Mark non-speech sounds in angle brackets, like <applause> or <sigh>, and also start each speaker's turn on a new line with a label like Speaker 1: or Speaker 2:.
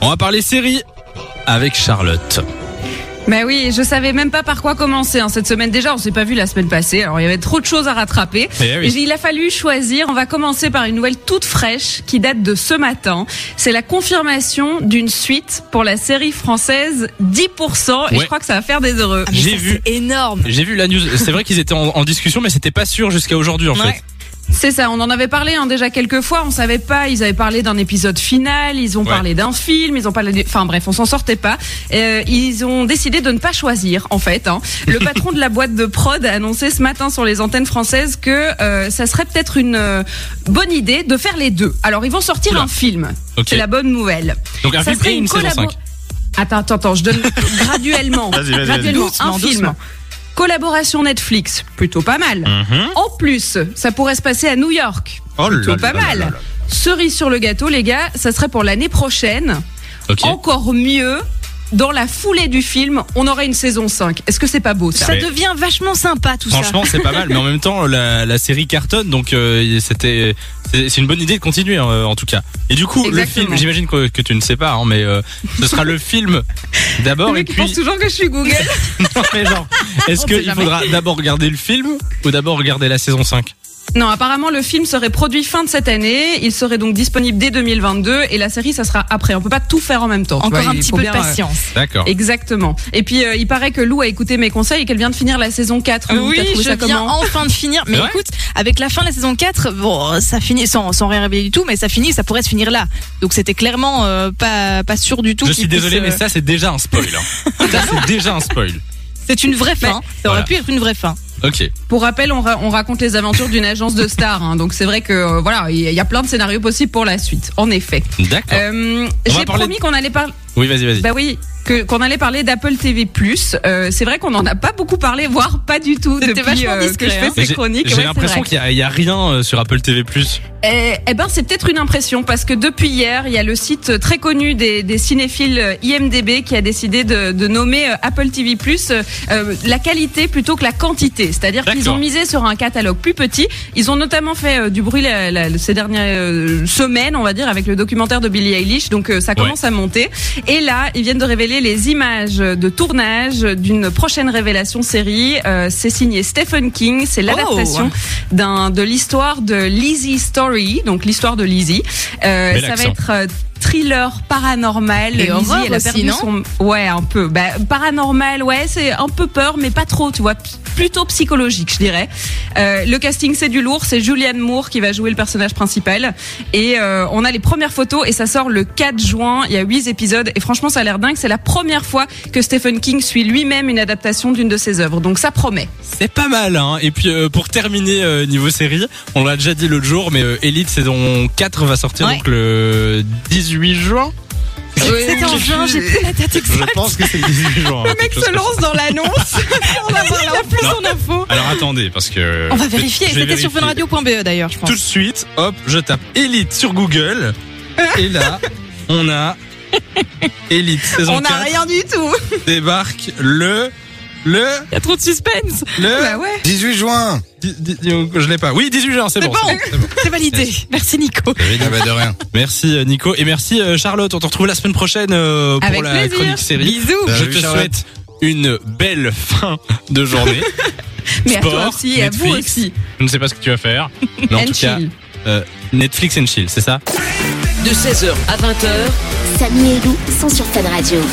Speaker 1: On va parler série avec Charlotte.
Speaker 2: Bah oui, je savais même pas par quoi commencer hein, cette semaine. Déjà, on s'est pas vu la semaine passée, alors il y avait trop de choses à rattraper.
Speaker 1: Eh oui.
Speaker 2: Et il a fallu choisir. On va commencer par une nouvelle toute fraîche qui date de ce matin. C'est la confirmation d'une suite pour la série française 10%. Et
Speaker 1: Ouais.
Speaker 2: je crois que Ah, ça va faire des heureux.
Speaker 1: Ah, mais J'ai ça, vu.
Speaker 3: C'est énorme.
Speaker 1: J'ai vu la news. C'est vrai qu'ils étaient en, en discussion, mais c'était pas sûr jusqu'à aujourd'hui en
Speaker 3: Ouais.
Speaker 1: fait.
Speaker 2: C'est ça, on en avait parlé hein, déjà quelques fois, on savait pas, ils avaient parlé d'un épisode final, ils ont
Speaker 1: Ouais.
Speaker 2: parlé d'un film, ils ont parlé... du- Enfin bref, on s'en sortait pas. Euh, ils ont décidé de ne pas choisir en fait. hein.
Speaker 1: <laughs>
Speaker 2: Le patron de la boîte de prod a annoncé ce matin sur les antennes françaises que euh, ça serait peut-être une euh, bonne idée de faire les deux. Alors ils vont sortir
Speaker 1: Oula.
Speaker 2: un film,
Speaker 1: Ok.
Speaker 2: c'est la bonne nouvelle.
Speaker 1: Donc un
Speaker 2: ça
Speaker 1: film
Speaker 2: serait
Speaker 1: et une saison
Speaker 2: collabo-
Speaker 1: 5.
Speaker 2: Attends, attends, attends, je donne graduellement,
Speaker 4: Vas-y, vas-y, vas-y.
Speaker 2: graduellement
Speaker 3: Doucement,
Speaker 2: un film.
Speaker 3: doucement.
Speaker 2: Collaboration Netflix, plutôt pas mal.
Speaker 1: Mhm.
Speaker 2: En plus, ça pourrait se passer à New York.
Speaker 4: Oh là
Speaker 2: Plutôt
Speaker 4: là
Speaker 2: pas
Speaker 4: là là
Speaker 2: mal.
Speaker 4: là.
Speaker 2: Cerise sur le gâteau, les gars, ça serait pour l'année prochaine.
Speaker 1: Ok.
Speaker 2: Encore mieux, dans la foulée du film, on aurait une saison 5. Est-ce que c'est pas beau ça
Speaker 3: Ça
Speaker 1: Mais-
Speaker 3: devient vachement sympa tout
Speaker 1: Franchement, c'est pas mal, mais en même temps, la, la série cartonne, donc euh, c'était c'est c'est une bonne idée de continuer euh, en tout cas. Et du coup,
Speaker 2: Exactement.
Speaker 1: le film, j'imagine que, que tu ne sais pas, hein, mais euh, ce sera le film
Speaker 2: Le
Speaker 1: d'abord et
Speaker 2: mec il
Speaker 1: puis.
Speaker 2: pense toujours que je suis Google.
Speaker 1: <laughs> Non, mais
Speaker 2: <laughs>
Speaker 1: genre, est-ce
Speaker 2: On sait
Speaker 1: qu'il
Speaker 2: jamais.
Speaker 1: faudra d'abord regarder le film ou d'abord regarder la saison 5
Speaker 2: non, apparemment le film serait produit fin de cette année, il serait donc disponible dès 2022 et la série ça sera après. On peut pas tout faire en même temps. tu
Speaker 3: Encore
Speaker 2: vois,
Speaker 3: un
Speaker 2: il
Speaker 3: petit
Speaker 2: faut
Speaker 3: peu de
Speaker 2: bien, euh,
Speaker 3: patience.
Speaker 1: D'accord.
Speaker 2: Exactement. Et puis euh, il paraît que Lou a écouté mes conseils et qu'elle vient de finir la saison 4. Lou,
Speaker 3: Euh, Oui,
Speaker 2: t'as trouvé ça
Speaker 3: je viens
Speaker 2: comment
Speaker 3: enfin de finir. Mais
Speaker 1: C'est vrai
Speaker 3: écoute, avec la fin de la saison 4, bon, ça finit sans, sans rien révéler du tout, mais ça finit, ça pourrait se finir là. Donc c'était clairement euh, pas, pas sûr du tout.
Speaker 1: Je
Speaker 3: qu'il
Speaker 1: suis désolé,
Speaker 3: puisse,
Speaker 1: mais
Speaker 3: euh,
Speaker 1: ça, c'est déjà un spoil.
Speaker 2: <laughs>
Speaker 1: hein. ça, c'est déjà un spoil.
Speaker 3: C'est une vraie fin. ça aurait
Speaker 1: Voilà.
Speaker 3: pu être une vraie fin.
Speaker 1: Ok.
Speaker 2: Pour rappel, on, ra- on raconte les aventures d'une agence de stars, hein. donc c'est vrai que euh, voilà, il y, a- il y a plein de scénarios possibles pour la suite. En effet,
Speaker 1: D'accord.
Speaker 2: Euh,
Speaker 1: On va
Speaker 2: j'ai
Speaker 1: parler-
Speaker 2: promis qu'on allait parler.
Speaker 1: oui, vas-y, vas-y.
Speaker 2: Bah oui. que- Qu'on allait parler d'Apple TV Euh, c'est vrai qu'on n'en a pas beaucoup parlé, voire pas du tout
Speaker 3: C'était
Speaker 2: depuis
Speaker 3: vachement
Speaker 2: euh, que
Speaker 3: discret,
Speaker 2: je fais
Speaker 3: hein.
Speaker 2: ces
Speaker 1: J'ai-
Speaker 2: chroniques.
Speaker 1: J'ai
Speaker 2: Ouais, c'est
Speaker 1: l'impression
Speaker 2: vrai.
Speaker 1: qu'il n'y a, rien euh, sur Apple TV.
Speaker 2: Eh, eh ben, c'est peut-être une impression parce que depuis hier, il y a le site très connu des, des cinéphiles euh, IMDb qui a décidé de, de nommer euh, Apple TV euh, la qualité plutôt que la quantité. C'est-à-dire qu'ils
Speaker 1: D'accord.
Speaker 2: ont misé sur un catalogue plus petit. Ils ont notamment fait euh, du bruit la- la- ces dernières euh, semaines, on va dire, avec le documentaire de Billie Eilish. Donc euh, ça commence à monter. Et là, ils viennent de révéler les images de tournage d'une prochaine révélation série. Euh, c'est signé Stephen King. C'est l'adaptation d'un de l'histoire de Lizzie Story, donc l'histoire de Lizzie. Euh,
Speaker 1: Bel
Speaker 2: ça va
Speaker 1: accent.
Speaker 2: être euh, thriller paranormal.
Speaker 3: Et horreur
Speaker 2: elle a
Speaker 3: aussi,
Speaker 2: perdu
Speaker 3: non
Speaker 2: son ouais un peu. Bah, paranormal, ouais, c'est un peu peur, mais pas trop, tu vois. p- Plutôt psychologique, je dirais. Euh, le casting, c'est du lourd. C'est Julianne Moore qui va jouer le personnage principal. Et euh, on a les premières photos et ça sort le 4 juin. Il y a 8 épisodes et franchement, ça a l'air dingue. C'est la première fois que Stephen King suit lui-même une adaptation d'une de ses œuvres. Donc ça promet.
Speaker 1: C'est pas mal, hein. Et puis, euh, pour terminer, euh, niveau série, on l'a déjà dit l'autre jour, mais euh, Elite saison 4 va sortir
Speaker 3: Ouais.
Speaker 1: donc le 18 juin.
Speaker 3: C'était en juin, j'ai plus la <laughs> tête exacte.
Speaker 4: Je pense que c'est le 18 juin.
Speaker 1: hein,
Speaker 2: Le mec se lance dans l'annonce. on va voir la plus en info.
Speaker 1: Alors attendez, parce que.
Speaker 3: On va vérifier.
Speaker 1: Euh, Je vais
Speaker 3: C'était sur
Speaker 1: vérifier.
Speaker 3: funradio.be E, d'ailleurs, je pense.
Speaker 1: Tout de suite, hop, je tape Elite sur Google. Et
Speaker 2: <laughs>
Speaker 1: là, on a Elite saison
Speaker 2: On n'a
Speaker 1: 4
Speaker 2: rien du tout.
Speaker 1: débarque le. Le.
Speaker 3: Il y a trop de suspense.
Speaker 1: Le.
Speaker 2: Bah ouais.
Speaker 4: 18 juin
Speaker 1: Di- di- oh, je l'ai pas. Oui, 18 juin, c'est
Speaker 3: C'est
Speaker 1: bon.
Speaker 3: bon.
Speaker 1: c'est bon.
Speaker 3: C'est <laughs> validé. Merci Nico.
Speaker 4: Ah bah de rien.
Speaker 1: Merci euh, Nico et merci euh, Charlotte. On te retrouve la semaine prochaine euh, pour
Speaker 2: Avec
Speaker 1: la
Speaker 2: plaisir.
Speaker 1: chronique série.
Speaker 3: Bisous.
Speaker 1: Je
Speaker 4: Salut,
Speaker 1: te
Speaker 4: Charlotte.
Speaker 1: souhaite une belle fin de journée.
Speaker 2: Mais à
Speaker 1: Sport,
Speaker 2: toi aussi et à vous
Speaker 1: Netflix.
Speaker 2: aussi.
Speaker 1: <laughs> Je ne sais pas ce que tu vas <laughs> faire, mais en
Speaker 2: And
Speaker 1: tout cas,
Speaker 2: chill.
Speaker 1: euh, Netflix and chill, c'est ça
Speaker 5: De 16h à 20h,
Speaker 6: Samy et Lou sont sur Fan Radio.